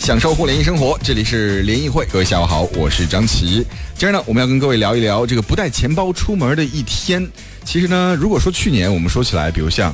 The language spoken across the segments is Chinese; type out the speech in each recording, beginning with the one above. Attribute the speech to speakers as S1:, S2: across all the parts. S1: 享受互联易生活，这里是联谊会，各位下午好，我是张琪。今儿呢，我们要跟各位聊一聊这个不带钱包出门的一天。其实呢，如果说去年我们说起来，比如像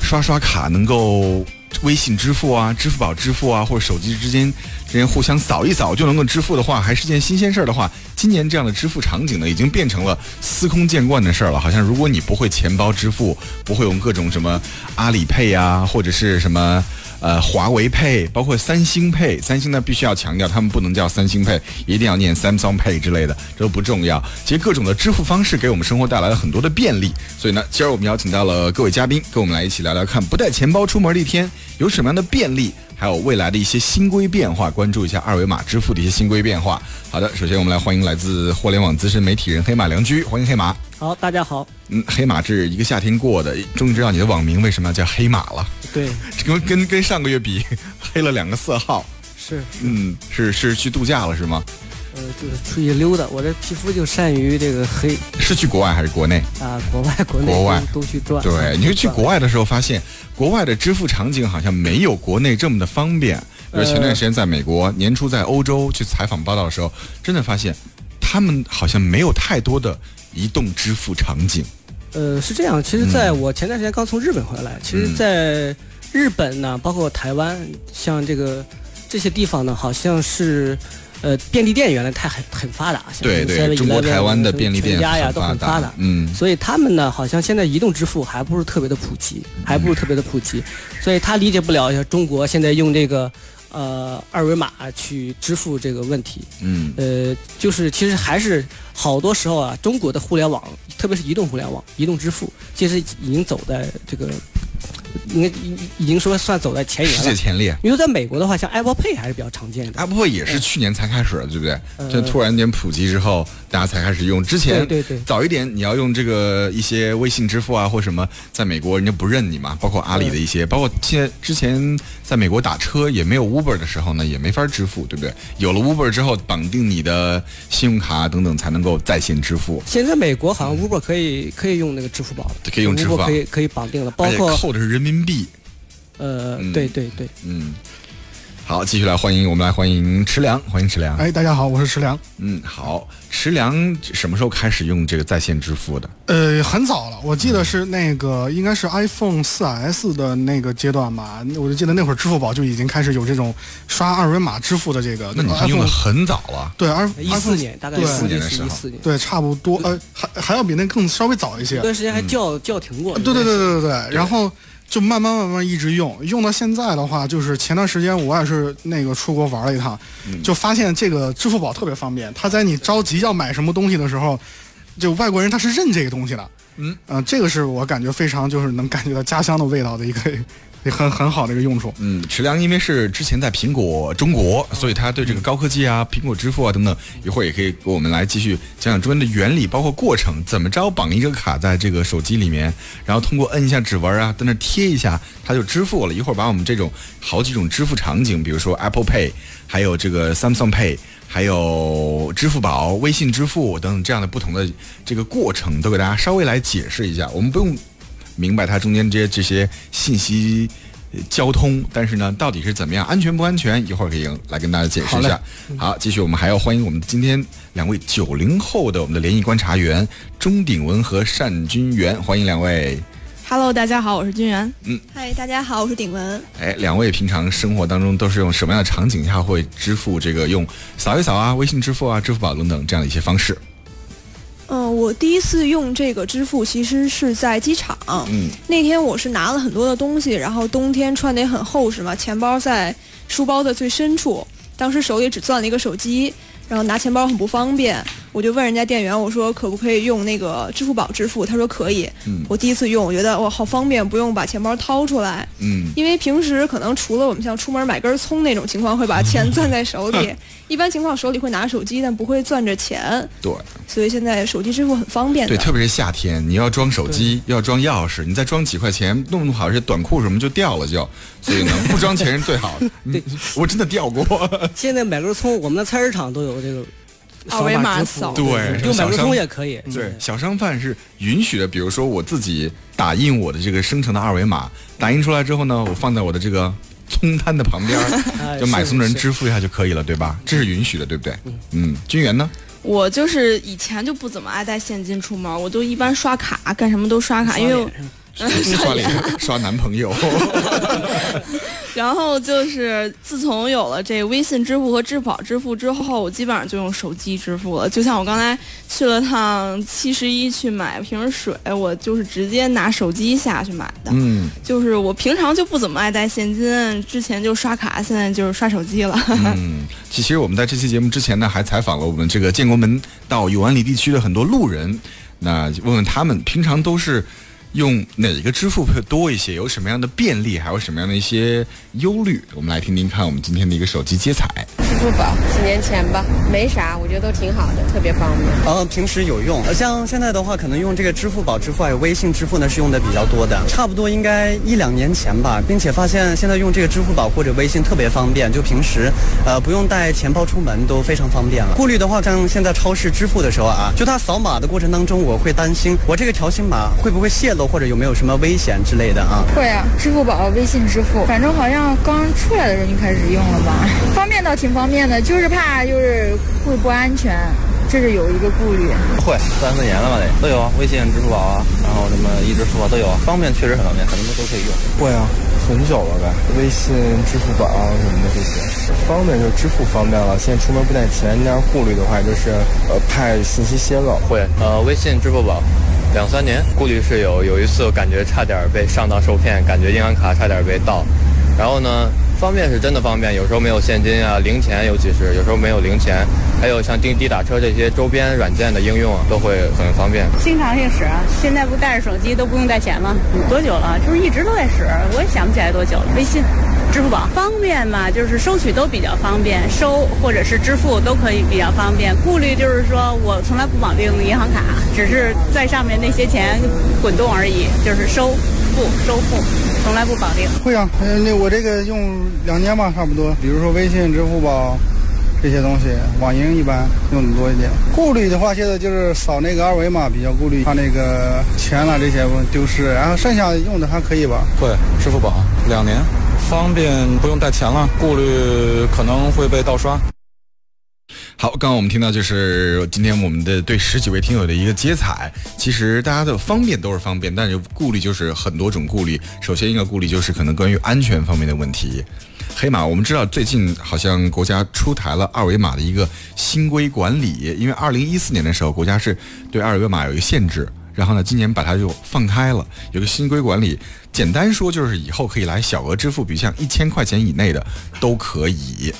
S1: 刷刷卡能够微信支付啊、支付宝支付啊，或者手机之间之间互相扫一扫就能够支付的话，还是件新鲜事儿的话，今年这样的支付场景呢，已经变成了司空见惯的事儿了。好像如果你不会钱包支付，不会用各种什么阿里配啊，或者是什么。呃，华为配，包括三星配，三星呢必须要强调，他们不能叫三星配，一定要念 Samsung Pay 之类的，这都不重要。其实各种的支付方式给我们生活带来了很多的便利，所以呢，今儿我们邀请到了各位嘉宾，跟我们来一起聊聊看，不带钱包出门的一天有什么样的便利，还有未来的一些新规变化，关注一下二维码支付的一些新规变化。好的，首先我们来欢迎来自互联网资深媒体人黑马良驹，欢迎黑马。
S2: 好，大家好。
S1: 嗯，黑马这一个夏天过的，终于知道你的网名为什么要叫黑马了。
S2: 对，
S1: 跟跟跟上个月比，黑了两个色号。
S2: 是，
S1: 嗯，是是去度假了是吗？
S2: 呃，就是出去溜达，我这皮肤就善于这个黑
S1: 是去国外还是国内？
S2: 啊，国外、国内
S1: 国外
S2: 都都去转。
S1: 对，你
S2: 就
S1: 就去国外的时候发现，国外的支付场景好像没有国内这么的方便。比如前
S2: 呃
S1: 段时间在美国，年初在欧洲去采访报道的时候，真的发现，他们好像没有太多的移动支付场景。
S2: 呃，是这样，其实在
S1: 嗯
S2: 我前段时间刚从日本回来，其实在日本呢，包括台湾，像这个这些地方呢，好像是。呃，便利店原来太很很发达，像
S1: 对对，中国台湾的便利店
S2: 全家呀都
S1: 很
S2: 很发达，
S1: 嗯，
S2: 所以他们呢，好像现在移动支付还不是特别的普及，还不是特别的普及，所以他理解不了像中国现在用这个呃二维码去支付这个问题。
S1: 嗯
S2: 呃，就是其实还是好多时候啊，中国的互联网，特别是移动互联网、移动支付，其实已经走在这个，应该已已经说算走在前沿
S1: 世界
S2: 了。
S1: 前 列。
S2: 因为在美国的话，像 Apple Pay 还是比较常见的。
S1: Apple Pay 啊也是去年才开始的，对不对？
S2: 呃
S1: 这突然间普及之后，大家才开始用。之前
S2: 对对对
S1: 早一点你要用这个一些微信支付啊或什么，在美国人家不认你嘛，包括阿里的
S2: 嗯
S1: 一些，包括现在之前在美国打车也没有 Uber 的时候呢，也没法支付，对不对？有了 Uber 之后，绑定你的信用卡等等才能够在线支付，
S2: 现在美国好像 Uber 可以可以用那个支付宝了，
S1: 可以用支付
S2: Uber
S1: 宝
S2: 可，以可以绑定了，包
S1: 而且
S2: 括
S1: 扣的是人民币。
S2: 呃
S1: 嗯，
S2: 对对对，
S1: 嗯，好，继续来欢迎我们来欢迎池良，欢迎池良。
S3: 哎，大家好，我是石良。
S1: 嗯，好，池良什么时候开始用这个在线支付的？
S3: 呃，很早了，我记得是那个应该是 iPhone 4S 的那个阶段吧，我就记得那会儿支付宝就已经开始有这种刷二维码支付的这个。
S1: 那你
S3: 还
S1: 还用的很早了。
S3: 对，二
S2: 一
S3: iPhone
S2: 四年大概
S3: 对
S1: 14
S2: 估计是
S1: 年
S2: 一
S1: 的时
S2: 四年，
S3: 对，差不多，呃，还还要比那更稍微早一些
S2: 有。段时间还叫叫停过。
S3: 啊对对对对对对，然后就慢慢慢慢一直用，用到现在的话，就是前段时间我也是那个出国玩了一趟，就发现这个支付宝特别方便，它在你着急要买什么东西的时候，就外国人他是认这个东西的，
S1: 嗯，
S3: 呃，这个是我感觉非常就是能感觉到家乡的味道的一个也很很好的一个用处。
S1: 嗯，池良因为是之前在苹果中国，所以他对这个高科技啊、苹果支付啊等等，一会儿也可以给我们来继续讲讲中间的原理，包括过程，怎么着绑一个卡在这个手机里面，然后通过摁一下指纹啊，在那贴一下，它就支付了。一会儿把我们这种好几种支付场景，比如说 Apple Pay，还有这个 Samsung Pay。还有支付宝、微信支付等等这样的不同的这个过程，都给大家稍微来解释一下。我们不用明白它中间这些这些信息呃交通，但是呢，到底是怎么样，安全不安全？一会儿可以来跟大家解释一下。好继续，我们还要欢迎我们今天两位九零后的我们的联谊观察员钟鼎文和单君元，欢迎两位。
S4: Hello，大家好，我是君元。
S1: 嗯，
S5: 嗨，大家好，我是鼎文。
S1: 哎，两位平常生活当中都是用什么样的场景下会支付这个用扫一扫啊、微信支付啊、支付宝等等这样的一些方式？
S5: 嗯，我第一次用这个支付其实是在机场。
S1: 嗯，
S5: 那天我是拿了很多的东西，然后冬天穿得也很厚实嘛，钱包在书包的最深处，当时手里只攥了一个手机，然后拿钱包很不方便，我就问人家店员，我说可不可以用那个支付宝支付？他说可以。
S1: 嗯
S5: 我第一次用，我觉得哇，好方便，不用把钱包掏出来。
S1: 嗯，
S5: 因为平时可能除了我们像出门买根葱那种情况会把钱攥在手 里，一般情况手里会拿手机，但不会攥着钱，
S1: 对
S5: 所以现在手机支付很方便的
S1: 对，。特别是夏天，你要装手机，要装钥匙，你再装几块钱，弄不弄好这短裤什么就掉了就，所以呢，不装钱是最 好的。嗯我真的掉 过。
S2: 现在买根葱，我们的菜市场都有这个
S4: 二维码
S2: 扫
S4: 扫
S2: 码支付
S1: 对
S2: 就买根葱也可以。
S1: 对，小商贩是允许的。比如说我自己打印我的这个生成的二维码，打印出来之后呢，我放在我的这个葱摊的旁边儿，
S2: 哎
S1: 就买送的人
S2: 是是
S1: 支付一下就可以了，对吧？这是允许的，对不对？嗯，君元 呢？
S4: 我就是以前就不怎么爱带现金出门，我都一般刷卡，干什么都刷啊卡，因为我
S1: 刷脸、刷男朋友，
S4: 然后就是自从有了这微信支付和支付宝支付之后，我基本上就用手机支付了。就像我刚才去了趟七十一去买瓶水，我就是直接拿手机下去买的。
S1: 嗯，
S4: 就是我平常就不怎么爱带现金，之前就刷卡，现在就是刷手机了。
S1: 嗯，其其实我们在这期节目之前呢，还采访了我们这个建国门到永安里地区的很多路人，那问问他们平常都是用哪个支付会多一些，有什么样的便利，还有什么样的一些忧虑，我们来听听看我们今天的一个手机接彩。
S6: 支付宝，几年前吧，没啥，我觉得都挺好的，特别方便。
S7: 嗯，平时有用。呃像现在的话，可能用这个支付宝支付还有微信支付呢，是用的比较多的。差不多应该一两年前吧，并且发现现在用这个支付宝或者微信特别方便，就平时呃不用带钱包出门都非常方便了。顾虑的话，像现在超市支付的时候啊，就它扫码的过程当中，我会担心我这个条形码会不会泄露或者有没有什么危险之类的啊。
S8: 会啊，支付宝、微信支付，反正好像刚出来的时候就开始用了吧，方便倒挺方便的，就是怕就是会不安全，这是有一个顾虑。
S9: 会三四年了吧得都有啊，微信、支付宝啊，然后什么一支付啊都有，啊，方便确实很方便，什么都可以用。
S10: 会啊，很久了呗，微信、支付宝什么的这些，方便就支付方便了。现在出门不带钱，那样顾虑的话就是，呃，怕信息泄露。
S9: 会呃，微信、支付宝。两三年，顾虑是有。有一次我感觉差点被上当受骗，感觉银行卡差点被盗。然后呢，方便是真的方便，有时候没有现金啊，零钱尤其是有时候没有零钱，还有像滴滴打车这些周边软件的应用啊，都会很方便。
S11: 经常性使啊，现在不带着手机都不用带钱吗？多久了？啊就是一直都在使，我也想不起来多久了。微信、支付宝方便嘛，就是收取都比较方便，收或者是支付都可以比较方便。顾虑就是说我从来不绑定银行卡，只是在上面那些钱滚动而已，就是收付收付，从来不绑定。
S10: 会啊，嗯，那我这个用两年吧，差不多。比如说微信、支付宝这些东西，网银一般用的多一点。顾虑的话，现在就是扫那个二维码比较顾虑，怕那个钱了这些丢失。然后剩下用的还可以吧。
S12: 会，支付宝两年，方便不用带钱了，顾虑可能会被盗刷。
S1: 好，刚刚我们听到就是今天我们的对十几位听友的一个接彩。其实大家的方便都是方便，但是顾虑就是很多种顾虑。首先一个顾虑就是可能关于安全方面的问题。黑马，我们知道最近好像国家出台了二维码的一个新规管理，因为二零一四年的时候国家是对二维码有一个限制，然后呢今年把它就放开了，有个新规管理。简单说就是以后可以来小额支付，比如像一千块钱以内的都可以。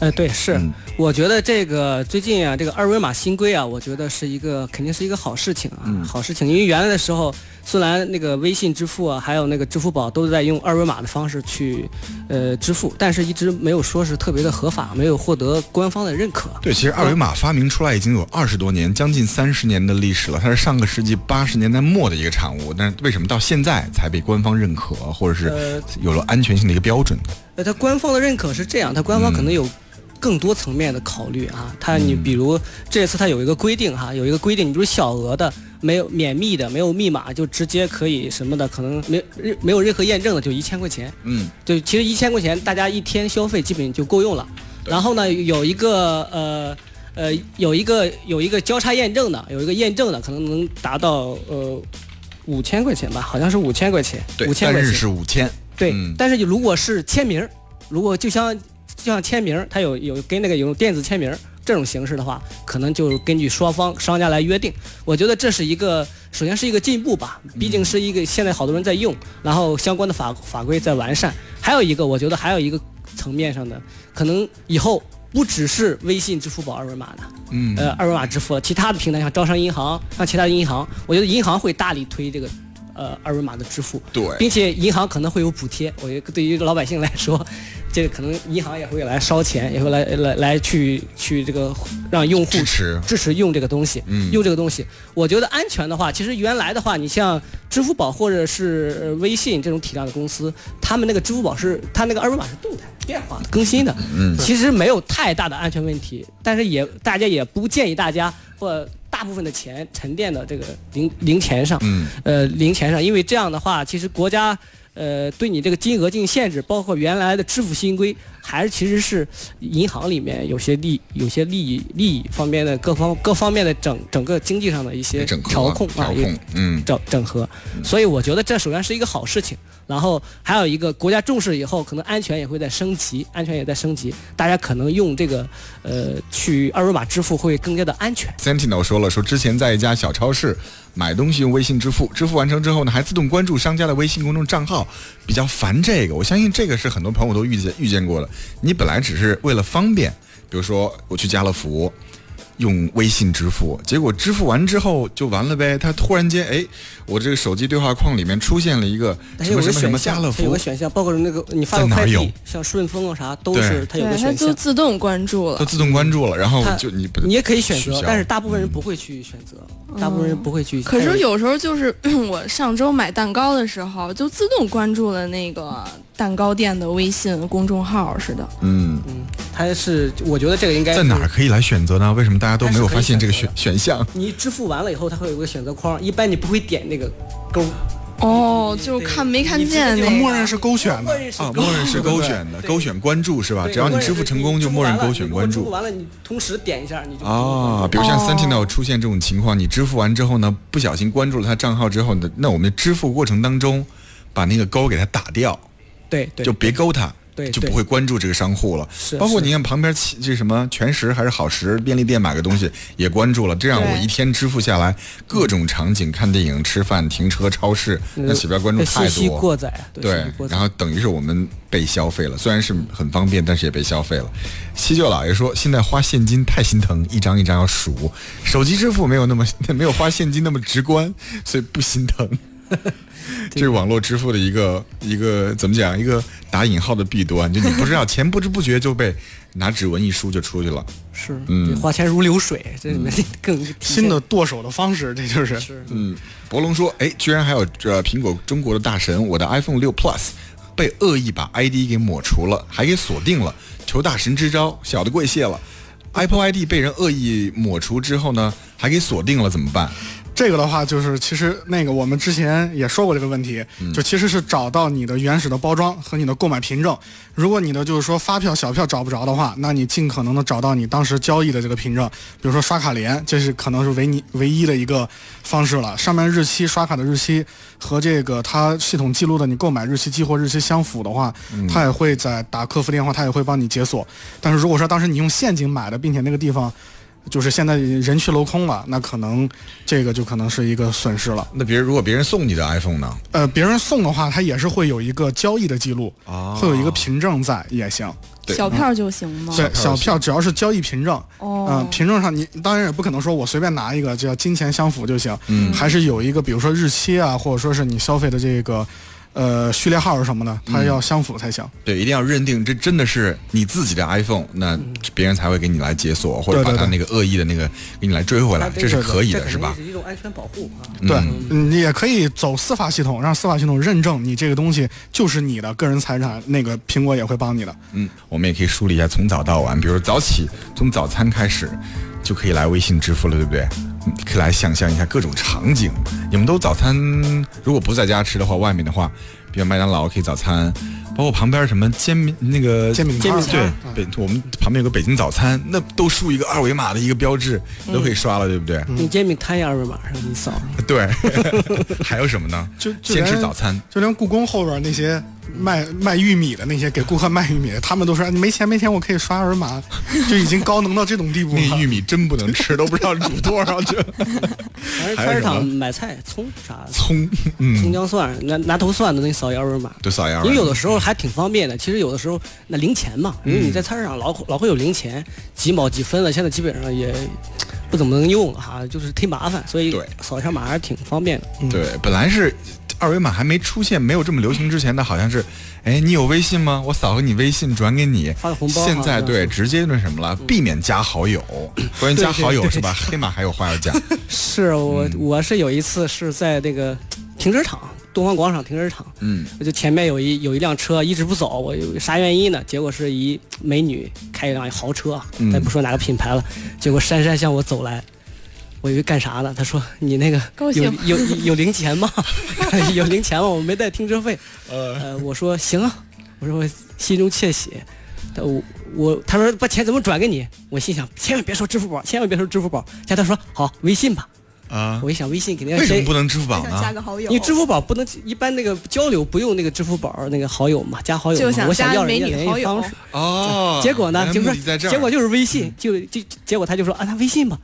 S2: 呃，对，是，
S1: 嗯
S2: 我觉得这个最近啊，这个二维码新规啊，我觉得是一个肯定是一个好事情啊，
S1: 嗯
S2: 好事情。因为原来的时候，虽然那个微信支付啊，还有那个支付宝都在用二维码的方式去，呃，支付，但是一直没有说是特别的合法，没有获得官方的认可。
S1: 对，其实二维码发明出来已经有二十多年，将近三十年的历史了。它是上个世纪八十年代末的一个产物，但是为什么到现在才被官方认可，或者是
S2: 呃
S1: 有了安全性的一个标准？
S2: 呃，它官方的认可是这样，它官方可能有更多层面的考虑啊。它你比如这次它有一个规定哈、有一个规定，你比如小额的没有免密的没有密码就直接可以什么的，可能没任没有任何验证的就一千块钱。
S1: 嗯，
S2: 对，其实一千块钱大家一天消费基本就够用了。然后呢，有一个呃呃有一个有一个交叉验证的，有一个验证的可能能达到呃。五千块钱吧，好像是五千块钱，
S1: 对
S2: 五，千
S1: 但
S2: 块
S1: 是
S2: 钱
S1: 是五千。
S2: 对，
S1: 嗯
S2: 但是你如果是签名儿，如果就像就像签名儿，它有有跟那个有电子签名儿这种形式的话，可能就根据双方商家来约定。我觉得这是一个首先是一个进步吧，毕竟是一个现在好多人在用，然后相关的法法规在完善。还有一个，我觉得还有一个层面上的，可能以后不只是微信、支付宝二维码的，
S1: 嗯，
S2: 呃，二维码支付，其他的平台像招商银行，像其他的银行，我觉得银行会大力推这个。呃，二维码的支付，
S1: 对，
S2: 并且银行可能会有补贴。我觉得对于老百姓来说， 这个可能银行也会来烧钱，也会来来来去去这个让用户
S1: 支持。
S2: 支持用这个东西。
S1: 嗯，
S2: 用这个东西，我觉得安全的话，其实原来的话，你像支付宝或者是呃微信这种体量的公司，他们那个支付宝是它那个二维码是动态变化的更新的，
S1: 嗯，
S2: 其实没有太大的安全问题，但是也大家也不建议大家或大部分的钱沉淀到这个零零钱上，
S1: 嗯，
S2: 呃零钱上，因为这样的话，其实国家呃对你这个金额进行限制，包括原来的支付新规，还是其实是银行里面有些利有些利益利益方面的各方各方面的整整个经济上的一些
S1: 整合
S2: 调控啊，
S1: 调
S2: 也
S1: 控嗯
S2: 整整合。所以我觉得这首先是一个好事情，然后还有一个国家重视以后，可能安全也会在升级，安全也在升级，大家可能用这个呃去二维码支付会更加的安全。
S1: Sentinel 说了，说之前在一家小超市买东西用微信支付，支付完成之后呢，还自动关注商家的微信公众账号，比较烦这个。我相信这个是很多朋友都遇见遇见过的。你本来只是为了方便，比如说我去家乐福用微信支付，结果支付完之后就完了呗。他突然间，哎，我这个手机对话框里面出现了一个
S2: 但
S1: 什
S2: 是有
S1: 么
S2: 个
S1: 什么什
S2: 选
S1: 么家乐
S2: 项，它有
S1: 福
S2: 个，选项，包括那个你发个
S1: 在哪儿
S2: 快
S1: 有
S2: 递，像顺丰啊啥都
S1: 对
S2: 是它有个
S4: 它
S2: 选
S4: 就
S2: 项。
S4: 自动关注
S1: 它
S4: 了。
S1: 自动关注了，然后
S2: 它
S1: 就你
S2: 你也可以选
S1: 取
S2: 择
S1: 消，嗯
S2: 但是大部分人不会去选择，大部分人不会去。
S4: 可是有时候就是 我上周买蛋糕的时候，就自动关注了那个蛋糕店的微信公众号似的。
S1: 嗯，
S2: 它是我觉得这个应该
S1: 在
S2: 是
S1: 哪儿可以来选择呢？为什么大家都没有发现这个选选项？
S2: 你支付完了以后，它会有一个选择框，一般你不会点那个勾。
S4: 哦，就是看没看见那个。
S3: 它默认是勾选的
S1: 啊，默认是勾选的，勾选关注是吧？
S2: 对
S1: 只要你支付成功，就默认勾选关
S2: 支付
S1: 注。
S2: 完了，哦你同时点一下，你就
S1: 啊，比如像 Sentinel 出现这种情况，你支付完之后呢，不小心关注了他账号之后呢，那我们支付过程当中，把那个勾给它打掉，
S2: 对对，
S1: 就别勾它，
S2: 对
S1: 就
S2: 对
S1: 不会关注这个商户了。
S2: 是
S1: 包括
S2: 是
S1: 你看旁边其这什么全食还是好食便利店买个东 西也关注了，这样我
S2: 对
S1: 一天支付下来，各种场景看电影、吃饭、停车、超市，那起边关注
S2: 呃
S1: 太多，
S2: 信息过载，
S1: 对
S2: 信息，过载
S1: 然后等于是我们被消费了，虽然是很方便，但是也被消费了。西舅老爷说，现在花现金太心疼，一张一张要数，手机支付没有那么 没有花现金那么直观，所以不心 疼。这是网络支付的一个一个怎么讲？一个打引号的弊端，就你不知道，钱不知不觉就被拿指纹一输就出去了。
S2: 是，
S1: 嗯
S2: 对花钱如流水，这里面 更体现
S3: 新的剁手的方式，这就是。
S1: 嗯，博龙说，哎，居然还有这苹果中国的大神，我的 iPhone 六 Plus 被恶意把 ID 给抹除了，还给锁定了，求大神支招，小的跪谢了。Apple ID 被人恶意抹除之后呢，还给锁定了，怎么办？
S3: 这个的话，就是其实那个我们之前也说过这个问题，就其实是找到你的原始的包装和你的购买凭证。如果你的就是说发票、小票找不着的话，那你尽可能的找到你当时交易的这个凭证，比如说刷卡联，这是可能是唯你唯一的一个方式了。上面日期、刷卡的日期和这个它系统记录的你购买日期、激活日期相符的话，它也会在打客服电话，它也会帮你解锁。但是如果说当时你用现金买的，并且那个地方。就是现在人去楼空了，那可能这个就可能是一个损失了。
S1: 那别人如果别人送你的 iPhone 呢？
S3: 呃，别人送的话，他也是会有一个交易的记录，
S1: 啊
S3: 会有一个凭证在也行。
S1: 哦
S4: 小
S1: 嗯
S4: 票就行吗？
S3: 对，小票只要是交易凭证，
S4: 哦
S3: 嗯，凭证上你当然也不可能说我随便拿一个，只要金钱相符就行，
S1: 嗯
S3: 还是有一个，比如说日期啊，或者说是你消费的这个，呃，序列号是什么的，它
S1: 嗯
S3: 要相符才行。
S1: 对，一定要认定这真的是你自己的 iPhone，那别人才会给你来解锁，或者把
S3: 对对
S1: 他
S3: 对啊
S1: 那个恶意的那个给你来追
S2: 啊
S1: 回来，啊这是可以的，是吧？
S2: 这肯定是一种安全保护啊。
S3: 对
S1: 嗯，
S3: 嗯你也可以走司法系统，让司法系统认证你这个东西就是你的个人财产，那个苹果也会帮你的。
S1: 嗯，我们也可以梳理一下从早到晚，比如早起，从早餐开始就可以来微信支付了，对不对？嗯可以来想象一下各种场景。你们都早餐如果不在家吃的话，外面的话，比如麦当劳可以早餐，包括旁边什么煎饼那个啊
S3: 煎饼摊儿煎饼啊摊儿
S1: 对，北我们旁边有个北京早餐，那都竖一个二维码的一个标志，
S3: 嗯
S1: 都可以刷了，对不对？
S2: 你煎饼摊一二维码上，你扫上。
S1: 对，还有什么呢？
S3: 就就
S1: 先吃
S3: 连
S1: 早 餐，
S3: 就连故宫后边那些卖卖玉米的那些给顾客卖玉米的，他们都说哎你没钱没钱，我可以刷二维码， 就已经高能到这种地步
S1: 那
S3: 了。
S1: 玉米真不能吃，都不知道煮多少这。
S2: 还是
S1: 还有
S2: 菜
S1: 什
S2: 市
S1: 么
S2: 场买菜，葱啥的，
S1: 葱，
S2: 葱姜蒜，拿拿头蒜的那扫一二维码。
S1: 对，扫一下。
S2: 因为有的时候还挺方便的，其实有的时候那零钱嘛，因为
S1: 嗯
S2: 你在菜市场老老会有零钱，几毛几分的，现在基本上也不怎么能用了哈，就是忒麻烦，所以扫一下码还是挺方便的。嗯，
S1: 对，本来是二维码还没出现，没有这么流行之前呢，好像是，哎，你有微信吗？我扫个你微信，转给你，发
S2: 个红包啊
S1: 现
S2: 好像
S1: 在
S2: 是嗯
S1: 对，直接那什么了，避免加好 友。关于加好友
S2: 对对
S1: 是吧？黑马还有话要 讲。
S2: 是我
S1: 嗯
S2: 我是有一次是在那个停车场，东方广场停车场，
S1: 嗯，
S2: 我就前面有一有一辆车一直不走，我有啥原因呢？结果是一美女开一辆豪车啊，
S1: 嗯
S2: 咱不说哪个品牌了，结果姗姗向我走来，我我以为干啥呢？他说你那个
S4: 高兴
S2: 有有有零钱 吗？ 有零钱吗？我没带停车费。呃，我说行啊，我说我心中窃喜。但我我他说把钱怎么转给你？我心想千万别说支付宝，千万别说支付宝。加他说好微信吧。
S1: 啊，
S2: 我一想微信肯定
S1: 为什么
S2: 谁
S1: 不能支付宝呢？
S5: 好
S2: 因为支付宝不能一般那个交流不用那个支付宝那个好友嘛，加好友嘛，
S4: 就想
S2: 我想
S4: 加
S2: 要人
S4: 美
S2: 家
S4: 女
S2: 联
S4: 好
S2: 系
S4: 友
S2: 方式。
S1: 哦
S2: 结果
S3: 啊
S2: 呢，
S1: 原来
S2: 结果
S1: 目的在这儿
S2: 结果就是微
S3: 嗯
S2: 信，就就结果他就说啊，那微信吧，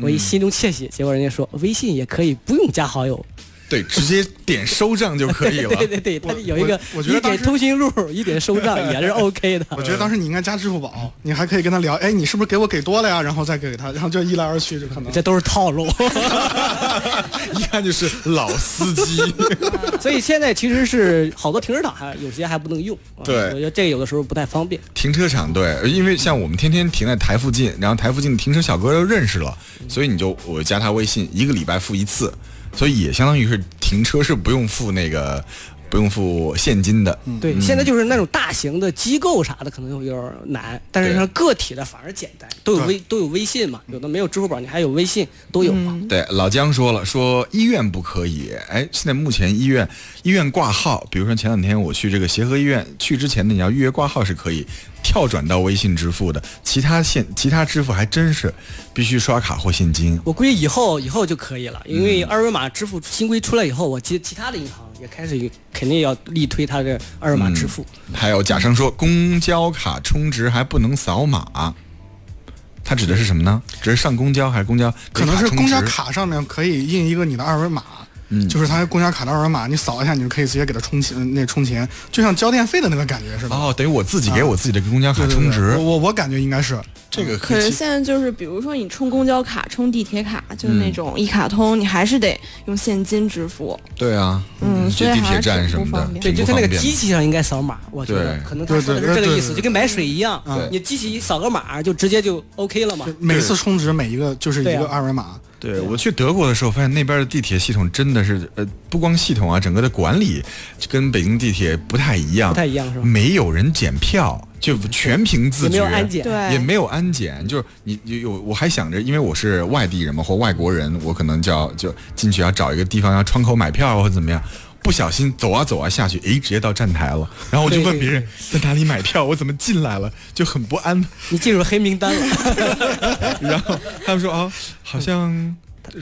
S2: 我一心中窃喜。结果人家说微信也可以不用加好友，
S1: 对，直接点收账就可以了。
S2: 对对对，他有一个
S3: 我我觉得
S2: 一
S3: 当
S2: 点
S3: 时
S2: 通讯录，一点收账也是 OK 的。
S3: 我觉得当时你应该加支付宝，你还可以跟他聊，哎，你是不是给我给多了呀？然后再给他，然后就一来二去就可能。
S2: 这都是套路。
S1: 一看就是老司机。
S2: 所以现在其实是好多停车场还有些还不能用。啊
S1: 对
S2: 我觉得这个有的时候不太方便。
S1: 停车场对，因为像我们天天停在台附近，然后台附近的停车小哥都认识了，所以你就我加他微信，一个礼拜付一次，所以也相当于是停车是不用付那个不用付现金的。
S2: 对，现在就是那种大型的机构啥的可能有点儿难，但是
S1: 对
S2: 像个体的反而简单，都有微都有微信嘛，有的没有支付宝，你还有微信都有嘛。
S1: 对老姜说了，说医院不可以。哎，现在目前医院医院挂号，比如说前两天我去这个协和医院，去之前呢你要预约挂号是可以跳转到微信支付的，其他现其他支付还真是必须刷卡或现金。
S2: 我估计以后以后就可以了，因
S1: 嗯
S2: 为二维码支付新规出来以后，我其其他的银行也开始肯定要力推它的二维码支付。
S1: 还有贾生说，公交卡充值还不能扫码，他指的是什么呢？指的是上公交还是公交？
S3: 可能是
S1: 给
S3: 公交
S1: 充值
S3: 卡上面可以印一个你的二维码，
S1: 嗯
S3: 就是它公交卡的二维码，你扫一下，你就可以直接给它充钱，那充钱，就像交电费的那个感觉是吧？
S1: 哦，等于我自己给我自己的公交卡
S3: 对对对
S1: 充值
S3: 我，我我感觉应该是
S1: 这个
S4: 可是
S1: 以
S4: 现在就是，比如说你充公交卡、充地铁卡，就是那
S1: 嗯
S4: 种一卡通，你还是得用现金支付。
S1: 对啊，
S4: 嗯
S1: 去
S4: 所以
S1: 地
S4: 还
S1: 铁
S4: 是
S1: 站
S4: 挺
S1: 什
S4: 不
S1: 么
S4: 方
S1: 的，
S4: 便
S2: 对，
S1: 挺
S2: 就
S1: 不
S2: 它那个
S1: 方便
S2: 机器上应该扫码，我觉得
S1: 对嗯
S2: 可能他说的是这个意思，就跟买水一样，你机器一扫个码就直接就 OK 了嘛。
S3: 每次充值每一个就是一
S2: 对
S3: 个
S2: 啊
S3: 二维码，
S1: 对我去德国的时候，发现那边的地铁系统真的是，呃，不光系统啊，整个的管理跟北京地铁不太一样，
S2: 不太一样是吧
S1: 没有人检票，就全凭自觉，
S2: 也没有安检对
S1: 也没有安检，就是你你有我还想着，因为我是外地人嘛或外国人，我可能就要就进去要找一个地方要窗口买票啊或者怎么样。不小心走啊走啊下去，诶，直接到站台了。然后我就
S2: 对
S1: 问
S2: 对
S1: 别人在哪里买票，我怎么进来了，就很不安。
S2: 你进入黑名单了。
S1: 然后他们说啊、好像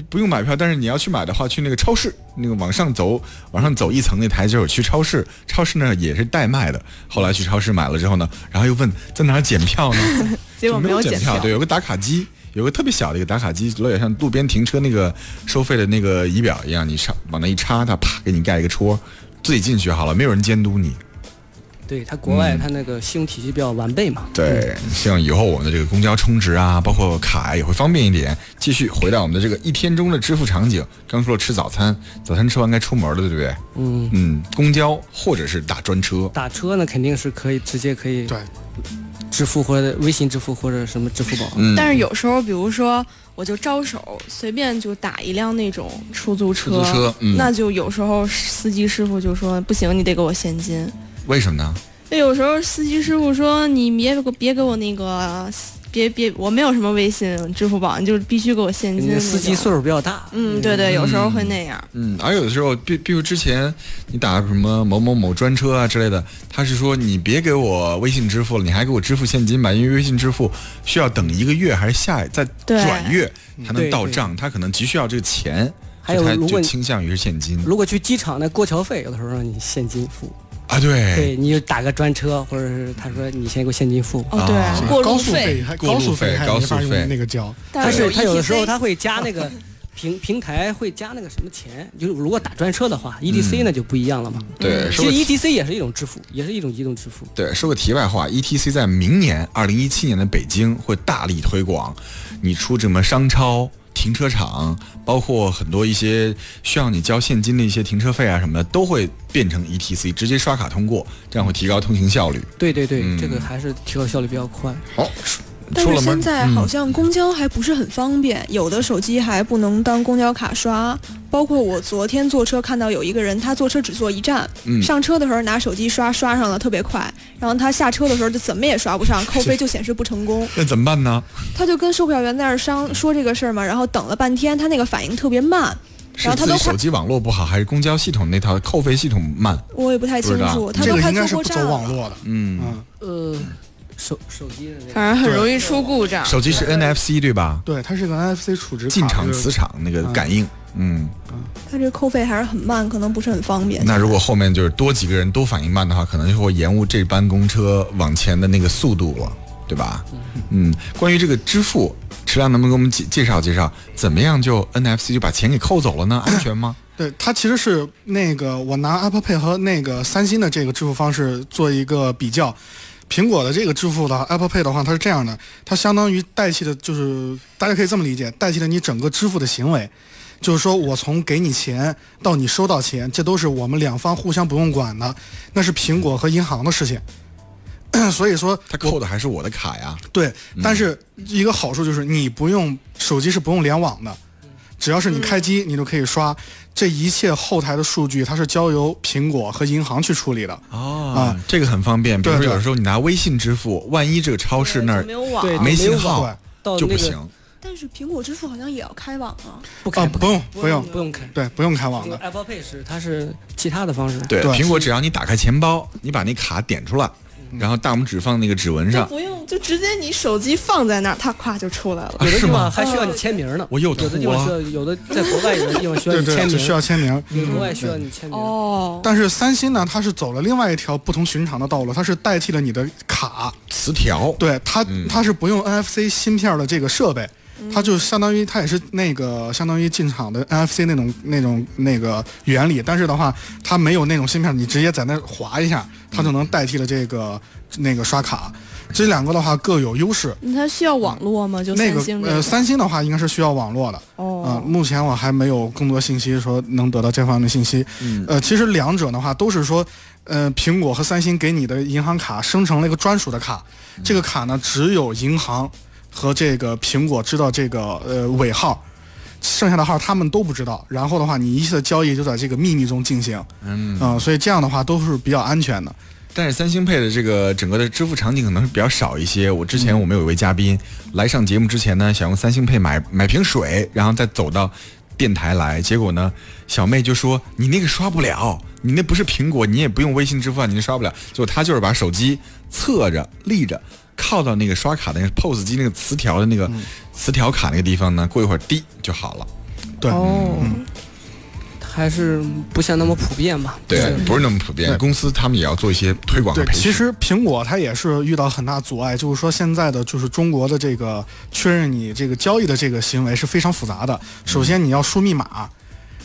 S1: 不用买票，但是你要去买的话，去那个超市，那个往上走，往上走一层那台阶有去超市，超市呢也是代卖的。后来去超市买了之后呢，然后又问在哪儿检票呢？
S4: 结果
S1: 就没
S4: 没有
S1: 检
S4: 检票
S1: 对，有个打卡机。有个特别小的一个打卡机，有点像路边停车那个收费的那个仪表一样，你上往那一插，它啪给你盖一个戳，自己进去好了，没有人监督你。
S2: 对他国外
S1: 嗯
S2: 他那个信用体系比较完备嘛。
S1: 对，希望以后我们的这个公交充值啊，包括卡也会方便一点。继续回到我们的这个一天中的支付场景，刚说了吃早餐，早餐吃完该出门了，对不对？
S2: 嗯
S1: 嗯，公交或者是打专车，
S2: 打车呢肯定是可以直接可以
S3: 对
S2: 支付或者微信支付或者什么支付宝。
S1: 嗯
S4: 但是有时候，比如说，我就招手随便就打一辆那种出租车，
S1: 出租车嗯
S4: 那就有时候司机师傅就说不行，你得给我现金。
S1: 为什么呢？
S4: 那有时候司机师傅说你别给我别给我那个别别，我没有什么微信、支付宝，你就必须给我现
S2: 人
S4: 金那
S2: 家
S4: 种。
S2: 司机岁数比较大，
S4: 嗯，对对，有时候会那样。
S1: 嗯，而有的时候，比比如之前你打什么某某某专车啊之类的，他是说你别给我微信支付了，你还给我支付现金吧，因为微信支付需要等一个月还是下再
S2: 对
S1: 转月才能
S2: 对
S1: 到
S2: 对
S1: 账，他可能急需要这个钱，
S2: 还有
S1: 所以他
S2: 如
S1: 就
S2: 果你
S1: 倾向于是现金
S2: 如果去机场那过桥费，有的时候让你现金付，
S1: 啊，
S2: 对，你就打个专车，或者是他说你先给我现金付。
S4: 哦对啊
S3: 是吧
S4: 过路
S3: 高速
S4: 费
S3: 还
S1: 过
S3: 高
S1: 路
S3: 速
S1: 费
S3: 还
S1: 高
S3: 没
S1: 速
S3: 法
S1: 费
S3: 用那个交，
S2: 但是他有的时候
S4: ETC
S2: 他会加那 个平平台会加那个什么钱，就是如果打专车的话，EDC，E
S1: 嗯
S2: 那就不一样了嘛。
S4: 嗯
S1: 对
S2: 其
S1: 说
S2: 实
S1: 个
S2: EDC 也是一种支付，也是一种移动支付。
S1: 对，说个题外话，ETC 在明年二零一七年的北京会大力推广，你出什么商超、停车场，包括很多一些需要你交现金的一些停车费啊什么的，都会变成 ETC，直接刷卡通过，这样会提高通行效率。
S2: 对对对，
S1: 嗯
S2: 这个还是提高效率比较快。
S1: 好，
S5: 但
S1: 出
S5: 是
S1: 了门
S5: 现在
S1: 嗯
S5: 好像公交还不是很方便，有的手机还不能当公交卡刷。包括我昨天坐车看到有一个人，他坐车只坐一站，
S1: 嗯
S5: 上车的时候拿手机刷，刷上了特别快，然后他下车的时候就怎么也刷不上，扣费就显示不成功。
S1: 那怎么办呢？
S5: 他就跟售票员在那儿商说这个事儿嘛，然后等了半天，他那个反应特别慢，
S1: 是
S5: 然后他
S1: 自
S5: 都
S1: 己
S5: 快
S1: 手，机网络不好，还是公交系统那套扣费系统慢？
S5: 我也不太清
S1: 不知
S5: 楚，
S1: 道
S5: 他
S1: 这
S5: 都
S1: 个
S5: 快
S1: 应该
S5: 坐
S1: 是
S5: 过
S1: 不走
S5: 站
S1: 网
S5: 了。
S3: 络的，啊
S1: 嗯，
S2: 呃，手手机的那个，
S3: 反而很容易
S6: 出故障
S1: 手机是 NFC 对吧？
S3: 对，它是个 NFC 储值卡
S1: 进场
S3: 嗯就是
S1: 磁场那个感应，嗯。
S5: 他这扣费还是很慢，可能不是很方便。
S1: 那如果后面就是多几个人都反应慢的话，可能就会延误这班公车往前的那个速度了，对吧？嗯，关于这个支付，池亮能不能给我们介介绍介绍，怎么样就 NFC 就把钱给扣走了呢？安全吗？
S3: 对，它其实是那个我拿 Apple Pay 和那个三星的这个支付方式做一个比较。苹果的这个支付的 Apple Pay 的话，它是这样的，它相当于代替的，就是大家可以这么理解，代替了你整个支付的行为，就是说我从给你钱到你收到钱，这都是我们两方互相不用管的，那是苹果和银行的事情。 所以说，
S1: 他扣的还是我的卡呀。
S3: 对，但是一个好处就是你不用手机是不用联网的，只要是你开
S2: 嗯
S3: 机，你就可以刷。这一切后台的数据，它是交由苹果和银行去处理的。
S1: 啊，这个很方便。比如说
S3: 对对
S1: 有时候你拿微信支付，万一这个超市那儿
S5: 没有网
S1: 对
S5: 对
S1: 没信
S5: 没有
S1: 号
S5: 网到
S2: 哦
S1: 就
S5: 那
S1: 不
S5: 个
S1: 行。
S5: 但是苹果支付好像也要开网啊。
S2: 不
S4: 哦
S3: 开，不用，不用，
S2: 不用开，
S3: 对，不用开网
S2: 这个
S3: 的。
S2: Apple Pay 是它是其他的方式。
S1: 对，苹果只要你打开钱包，你把那卡点出来，然后大拇指放那个指纹
S13: 就
S1: 上，
S13: 不用，就直接你手机放在那儿，它咵就出来了。
S2: 有
S1: 啊
S2: 的
S1: 是
S2: 地
S1: 吗哦
S2: 方还需要你签名呢。
S1: 我又吐
S2: 有的地方需要，
S1: 了。
S2: 有的在国外有的地方需要
S3: 对
S2: 你
S3: 对
S2: 签
S3: 就
S2: 名，
S3: 需要签名
S2: 有的国外
S3: 嗯
S2: 需要你签名。
S13: 哦，
S3: 但是三星呢，它是走了另外一条不同寻常的道路，它是代替了你的卡
S1: 磁条。
S3: 对它，它是不用 NFC 芯片的这个设备，
S13: 嗯
S3: 它就相当于它也是那个相当于进场的 NFC 那种那种那个原理，但是的话，它没有那种芯片，你直接在那儿划一下，它就能代替了这个那个刷卡。这两个的话各有优势。
S13: 它需要网络吗？就
S3: 那
S13: 三
S3: 个
S13: 星这
S3: 呃，三星的话应该是需要网络的。啊、
S13: 哦，
S3: 目前我还没有更多信息说能得到这方面的信息。
S1: 嗯
S3: 呃，其实两者的话都是说，呃，苹果和三星给你的银行卡生成了一个专属的卡，
S1: 嗯
S3: 这个卡呢只有银行和这个苹果知道这个呃尾号，剩下的号他们都不知道。然后的话，你一切的交易就在这个秘密中进行。
S1: 嗯
S3: 嗯、所以这样的话都是比较安全的。
S1: 但是三星配的这个整个的支付场景可能是比较少一些。我之前我们有一位嘉宾来上节目之前呢，想用三星配买买瓶水，然后再走到电台来，结果呢，小妹就说你那个刷不了，你那不是苹果，你也不用微信支付啊，你那刷不了。结果她就是把手机侧着立着。靠到那个刷卡的那个 POS 机那个磁条的那个磁条卡那个地方呢，过一会儿滴就好了。
S3: 对，
S2: 哦，还是不像那么普遍吧？
S1: 对，不是那么普遍。公司他们也要做一些推广和
S13: 啊
S3: 对，
S1: 培训。
S3: 其实苹果它也是遇到很大阻碍，就是说现在的就是中国的这个确认你这个交易的这个行为是非常复杂的。
S13: 嗯
S3: 首先你要输密码，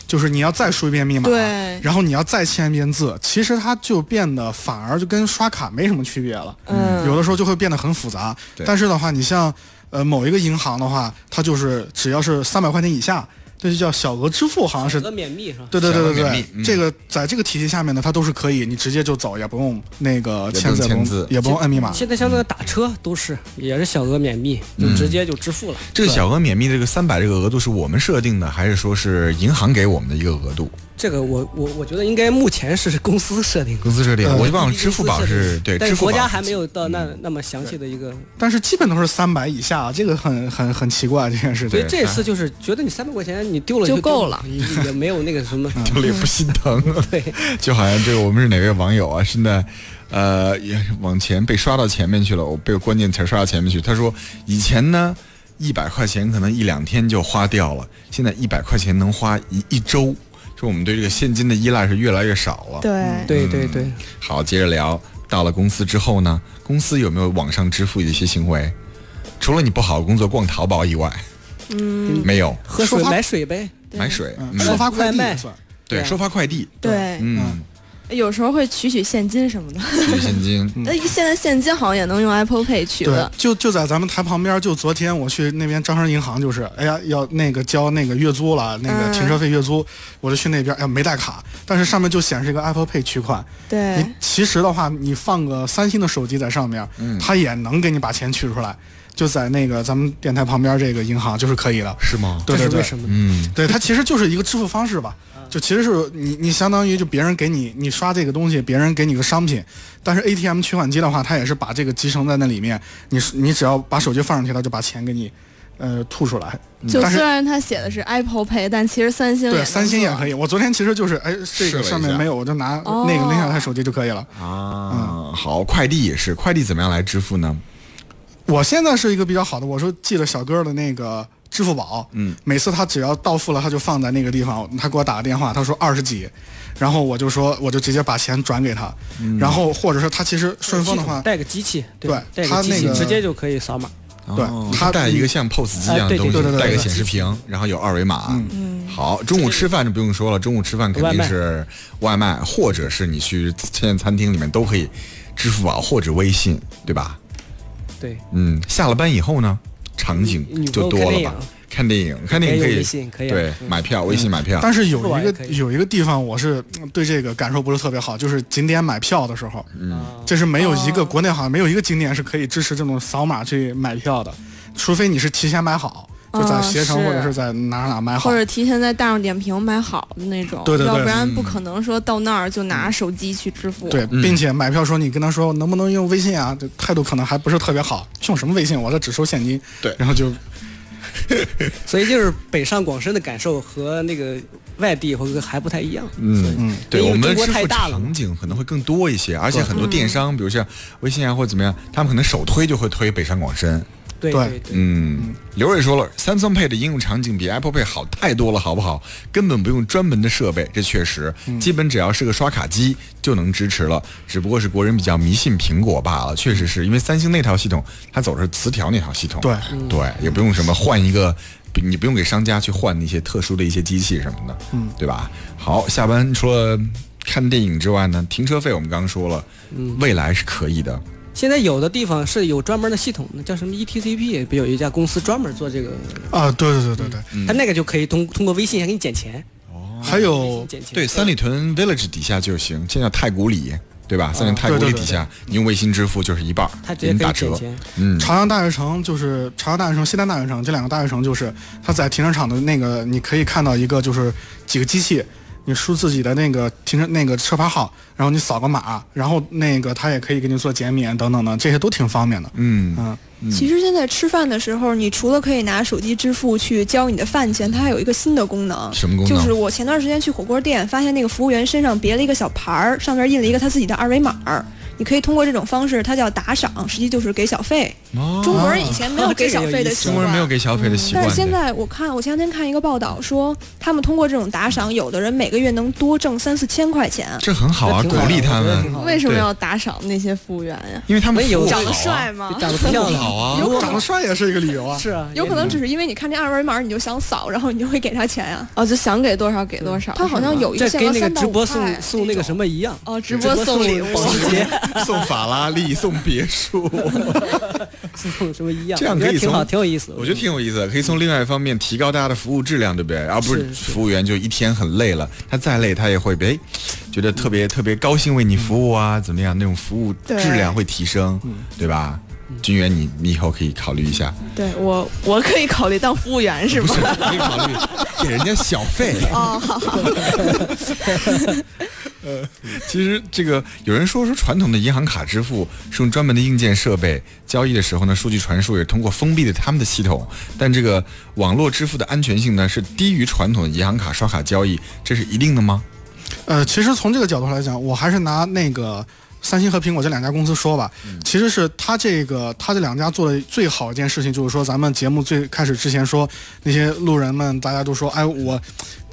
S3: 就是你要再输一遍密码，
S13: 对
S3: 然后你要再签一遍字，其实它就变得反而就跟刷卡没什么区别了。
S13: 嗯
S3: 有的时候就会变得很复杂。
S1: 对
S3: 但是的话，你像呃某一个银行的话，它就是只要是三百块钱以下，这就叫小额支付，好像是
S2: 有的免密是吧？
S3: 对对对对
S1: 小额免
S3: 对
S1: 密，嗯
S3: 这个在这个体系下面呢，它都是可以，你直接就走，也不用那个
S1: 也不用
S3: 签字，
S1: 签
S3: 也不
S1: 字
S3: 用也不用摁密码。
S2: 现在像那个打车都是，也是小额免密，就直接就支付了。
S1: 嗯这个小额免密的这个三百这个额度是我们设定的，还是说是银行给我们的一个额度？
S2: 这个我我我觉得应该目前是公司设定的，
S1: 公司设定，我就忘了支付宝是对，
S2: 呃但
S1: 支
S2: 是
S1: 付宝
S2: 国家还没有到那那么详细的一个。
S3: 但是基本都是三百以下，这个很很很奇怪这件事
S2: 所
S3: 情。
S2: 以
S1: 哎
S2: 这次就是觉得你三百块钱你丢了
S13: 就
S2: 丢
S13: 够了
S2: 你也没有那个什么。
S1: 丢了也不心疼。
S2: 对，
S1: 就好像这个我们是哪位网友啊？现在，呃，也往前被刷到前面去了，我被关键词刷到前面去。他说以前呢，一百块钱可能一两天就花掉了，现在一百块钱能花一一周。说我们对这个现金的依赖是越来越少了。
S3: 嗯
S13: 对，
S2: 对对对，
S1: 好，接着聊。到了公司之后呢，公司有没有网上支付的一些行为？除了你不好好工作、逛淘宝以外，嗯，没有。
S2: 喝
S3: 说
S2: 水
S3: 话
S2: 买水呗。
S1: 买水，嗯
S3: 嗯收发快递
S2: 外卖
S3: 也算，
S1: 对，收发快递，
S13: 对
S1: 嗯，
S4: 哎
S13: 有时候会取取现金什么的。
S1: 取现金，
S4: 嗯
S13: 那现在现金好像也能用 Apple Pay 取
S3: 嗯对
S13: 了，。
S3: 就就在咱们台旁边，就昨天我去那边招商银行，就是哎呀要那个交那个月租了，那
S13: 嗯
S3: 个停车费月租，我就去那边，哎呀没带卡，但是上面就显示一个 Apple Pay 取款。
S13: 对
S4: 嗯
S3: 你，其实的话，你放个三星的手机在上面，它也能给你把钱取出来。就在那个咱们电台旁边这个银行就是可以了。
S1: 是吗？
S3: 对对
S2: 这
S3: 对，
S2: 是为什么呢
S1: 嗯，
S3: 对，它其实就是一个支付方式吧。就其实是你，你相当于就别人给你，你刷这个东西，别人给你个商品，但是 ATM 取款机的话，它也是把这个集成在那里面，你 你只要把手机放上去，它就把钱给你，呃，吐出来。
S4: 就
S3: 但
S4: 虽
S3: 是
S4: 然它写的是 Apple Pay，但其实三星也
S3: 对
S4: 能
S3: 三星也
S4: 做
S3: 可以，我昨天其实就是哎，这
S1: 试了
S3: 个
S1: 一
S3: 上面
S1: 下
S3: 没有，我就拿
S4: 哦
S3: 那个拎上台手机就可以了。
S1: 啊，好，快递也是，快递怎么样来支付呢？
S3: 我现在是一个比较好的，我说记了小哥的那个支付宝，
S1: 嗯，
S3: 每次他只要到付了，他就放在那个地方，他给我打个电话，他说二十几，然后我就说我就直接把钱转给他，
S1: 嗯
S3: 然后或者是他其实顺丰的话，
S2: 带个机器，吧
S3: 对
S2: 带
S3: 它
S2: 个机器
S3: 那个
S2: 直接就可以扫码。
S3: 对
S1: 哦
S3: 它
S1: 带一个像 POS 机一样的
S2: 哎对
S1: 东西
S2: 对对，对
S1: 带个
S2: 对
S1: 显示屏，然后有二维码。好，中午吃饭就不用说了，中午吃饭肯定是外卖，或者是你去现在餐厅里面都可以，支付宝或者微信，对吧？
S2: 对，
S1: 嗯，下了班以后呢，场景
S2: 你你
S1: 就多了吧？看电影，看电影
S2: 可以
S1: 可
S2: 用
S1: 以，
S2: 微信可以啊
S1: 对，
S2: 嗯
S1: 买票，微信买票。
S3: 但是有
S2: 支付宝
S3: 一
S2: 也
S3: 个
S2: 可以
S3: 有一个地方我是嗯对这个感受不是特别好，就是景点买票的时候，
S2: 啊
S1: 嗯，
S3: 这是没有一个国内好像没有一个景点是可以支持这种扫码去买票的，除非你是提前买好，就在
S2: 啊
S4: 哦
S3: 携程
S4: 是
S3: 或者是在哪儿哪儿买好
S4: 或。者提前在大众点评买好的那种，
S3: 对对对
S4: 要不然
S3: 嗯
S4: 不可能说到那儿就拿手机去支付。
S3: 对，并且买票时候你跟他说能不能用微信啊，这态度可能还不是特别好，用什么微信？我这只收现金。
S1: 对，
S3: 然后就
S2: 所以就是北上广深的感受和那个外地或者还不太一样。
S1: 嗯嗯，对
S2: 因为
S1: 我们
S2: 中国
S1: 支付
S2: 太大了嗯
S1: 场景可能会更多一些，而且很多电商，比如像微信啊或者怎么样，他们可能首推就会推北上广深。
S2: 对
S3: 对
S2: 对对，
S1: 嗯，刘瑞说了，Samsung Pay 的应用场景比 Apple Pay 好太多了，好不好？根本不用专门的设备，这确实，基本只要是个刷卡机就能支持了。只不过是国人比较迷信苹果罢了，确实是因为三星那套系统，它走的是磁条那套系统，
S3: 对
S1: 对，也不用什么换一个。不你不用给商家去换那些特殊的一些机器什么的，
S3: 嗯，
S1: 对吧？好，下班除了看电影之外呢，停车费我们刚刚说了，
S3: 嗯
S1: 未来是可以的，
S2: 现在有的地方是有专门的系统的，叫什么 E ETCP，不有一家公司专门做这个，
S3: 啊，对对对对对，
S1: 嗯
S2: 它那个就可以通通过微信还给你减钱，
S3: 还有
S2: 减钱。
S1: 对，三里屯 Village 底下就行，现在太古里，对吧？三里太古里底下，你用微信支付就是一半儿，
S2: 它直
S1: 给
S2: 接
S1: 你
S2: 可
S1: 打
S2: 以
S1: 折
S2: 减。钱。
S1: 嗯，
S3: 朝阳大悦城就是朝阳大悦城、西单大悦城这两个大悦城，就是它在停车场的那个，你可以看到一个就是几个机器，你输自己的那个停车那个车牌号，然后你扫个码，然后那个它也可以给你做减免等等的，这些都挺方便的。
S1: 嗯
S3: 嗯，
S5: 其实现在吃饭的时候，你除了可以拿手机支付去交你的饭钱，它还有一个新的功能。
S1: 什么功能
S5: 就是我前段时间去火锅店，发现那个服务员身上别了一个小牌儿，上面印了一个他自己的二维码儿。你可以通过这种方式，它叫打赏，实际就是给小费。
S1: 哦
S5: 中国人以前没有给小费的习
S1: 中国人
S5: 惯
S1: 没。有给小费的习惯
S5: 但
S1: 的，
S5: 是现在我看，我前两天看一个报道说，他们通过这种打赏，有的人每个月能多挣三四千块钱。
S1: 这很好啊，
S2: 那
S1: 鼓
S2: 挺好的
S1: 励他
S2: 我觉得
S1: 们
S2: 挺，好的
S4: 为什么
S1: 对
S4: 要打赏那些服务员呀？
S1: 因为他们
S2: 没有
S1: 服务
S2: 长
S4: 长得
S1: 好啊
S4: 帅吗？
S2: 长得漂亮，
S1: 好啊，
S3: 长得帅也是一个理由啊。
S2: 是 啊，
S5: 有可能只是因为你看这二维码，你就想扫，然后你就会给他钱呀、
S4: 哦，就想给多少给多少。
S5: 他好像有一
S2: 这
S5: 个限
S2: 跟
S5: 额
S2: 那个
S5: 三到
S2: 直播
S5: 五
S2: 送
S5: 块。
S2: 送那个什么一 样，
S4: 哦，直播送礼物，
S2: 保时捷
S1: 送法拉利，送别墅，
S2: 送什么一样，
S1: 这样
S2: 我
S1: 可
S2: 觉
S1: 以
S2: 得挺
S1: 从
S2: 好，挺有意思。
S1: 我觉得挺有意思的，可以从另外一方面提高大家的服务质量，对不对？而不是
S2: 是是
S1: 服务员就一天很累了，他再累他也会哎，觉得特别特别高兴为你服务啊，怎么样？那种服务质量会提升，对吧？君元，你你以后可以考虑一下，
S4: 对我，我可以考虑当服务员是
S1: 不
S4: 吗
S1: 是？可以考虑给人家小费。
S4: 哦，好好，
S1: 其实这个有人说说传统的银行卡支付是用专门的硬件设备，交易的时候呢，数据传输也是通过封闭的他们的系统，但这个网络支付的安全性呢是低于传统的银行卡刷卡交易，这是一定的吗？
S3: 呃，其实从这个角度来讲，我还是拿那个三星和苹果这两家公司说吧。其实是他这个他这两家做的最好一件事情，就是说咱们节目最开始之前说那些路人们，大家都说，哎，我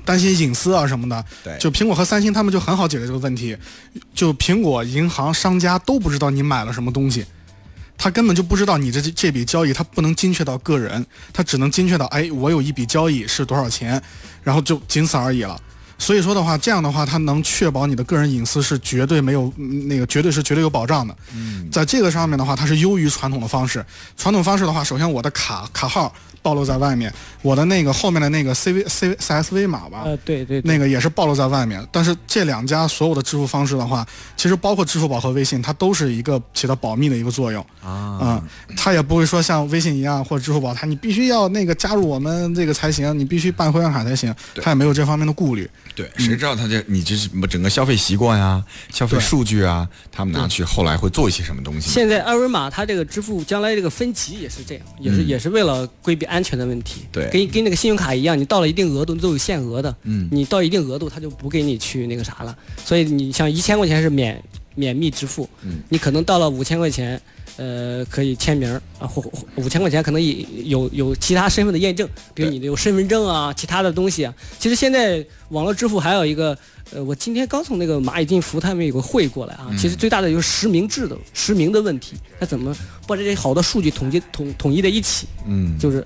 S3: 担心隐私啊什么的。
S1: 对
S3: 就苹果和三星他们就很好解决这个问题，就苹果、银行、商家都不知道你买了什么东西。他根本就不知道你这这笔交易，他不能精确到个人，他只能精确到，哎，我有一笔交易是多少钱，然后就仅此而已了。所以说的话，这样的话，它能确保你的个人隐私是绝对没有嗯那个，绝对是绝对有保障的。嗯，在这个上面的话，它是优于传统的方式。传统方式的话，首先我的卡卡号暴露在外面，我的那个后面的那个 CV CV CSV 码吧，
S2: 呃，对对，对
S3: 那个也是暴露在外面。但是这两家所有的支付方式的话，其实包括支付宝和微信，它都是一个起到保密的一个作用。
S1: 啊
S3: 啊，他也不会说像微信一样或者支付宝，他你必须要那个加入我们这个才行，你必须办会员卡才行，他也没有这方面的顾虑。
S1: 对，谁知道他这你这是整个消费习惯啊、消费数据啊，他们拿去后来会做一些什么东西？
S2: 现在二维码它这个支付将来这个分级也是这样，也是、
S1: 嗯
S2: 也是为了规避安全的问题。
S1: 对
S2: 跟跟那个信用卡一样，你到了一定额度都有限额的，
S1: 嗯
S2: 你到一定额度它就不给你去那个啥了。所以你像一千块钱是免免密支付，
S1: 嗯
S2: 你可能到了五千块钱，呃，可以签名儿啊，或五千块钱可能也有有其他身份的验证，比如你的有身份证啊，其他的东西啊。其实现在网络支付还有一个，呃，我今天刚从那个蚂蚁金服他们有个会过来啊，
S1: 嗯
S2: 其实最大的就是实名制的实名的问题，它怎么把这些好的数据统计统统一在一起，
S1: 嗯，
S2: 就是。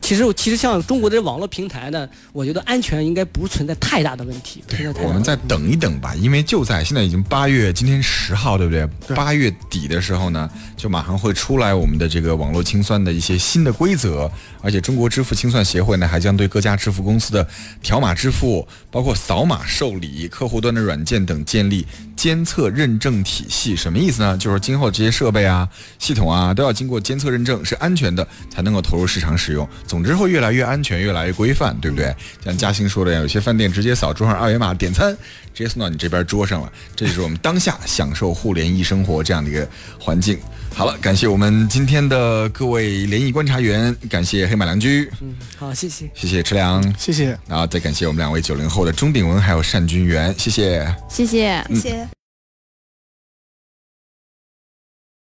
S2: 其实，其实像中国的网络平台呢，我觉得安全应该不存在太大的问题。不存在太大
S1: 我
S2: 的
S1: 们再等一等吧，因为就在现在已经八月，今天十号，对不对？八月底的时候呢，就马上会出来我们的这个网络清算的一些新的规则，而且中国支付清算协会呢，还将对各家支付公司的条码支付、包括扫码受理、客户端的软件等建立监测认证体系。什么意思呢？就是今后这些设备啊、系统啊，都要经过监测认证，是安全的，才能够投入市场使用。总之会越来越安全，越来越规范，对不对？像嘉兴说的，有些饭店直接扫桌上二维码点餐，直接送到你这边桌上了。这就是我们当下享受互联易生活这样的一个环境。好了，感谢我们今天的各位联谊观察员，感谢黑马良驹，
S2: 嗯好，谢谢。
S1: 谢谢池良，
S3: 谢谢，
S1: 然后再感谢我们两位九零后的钟鼎文还有单君元，谢谢。
S4: 谢谢，
S1: 嗯谢谢。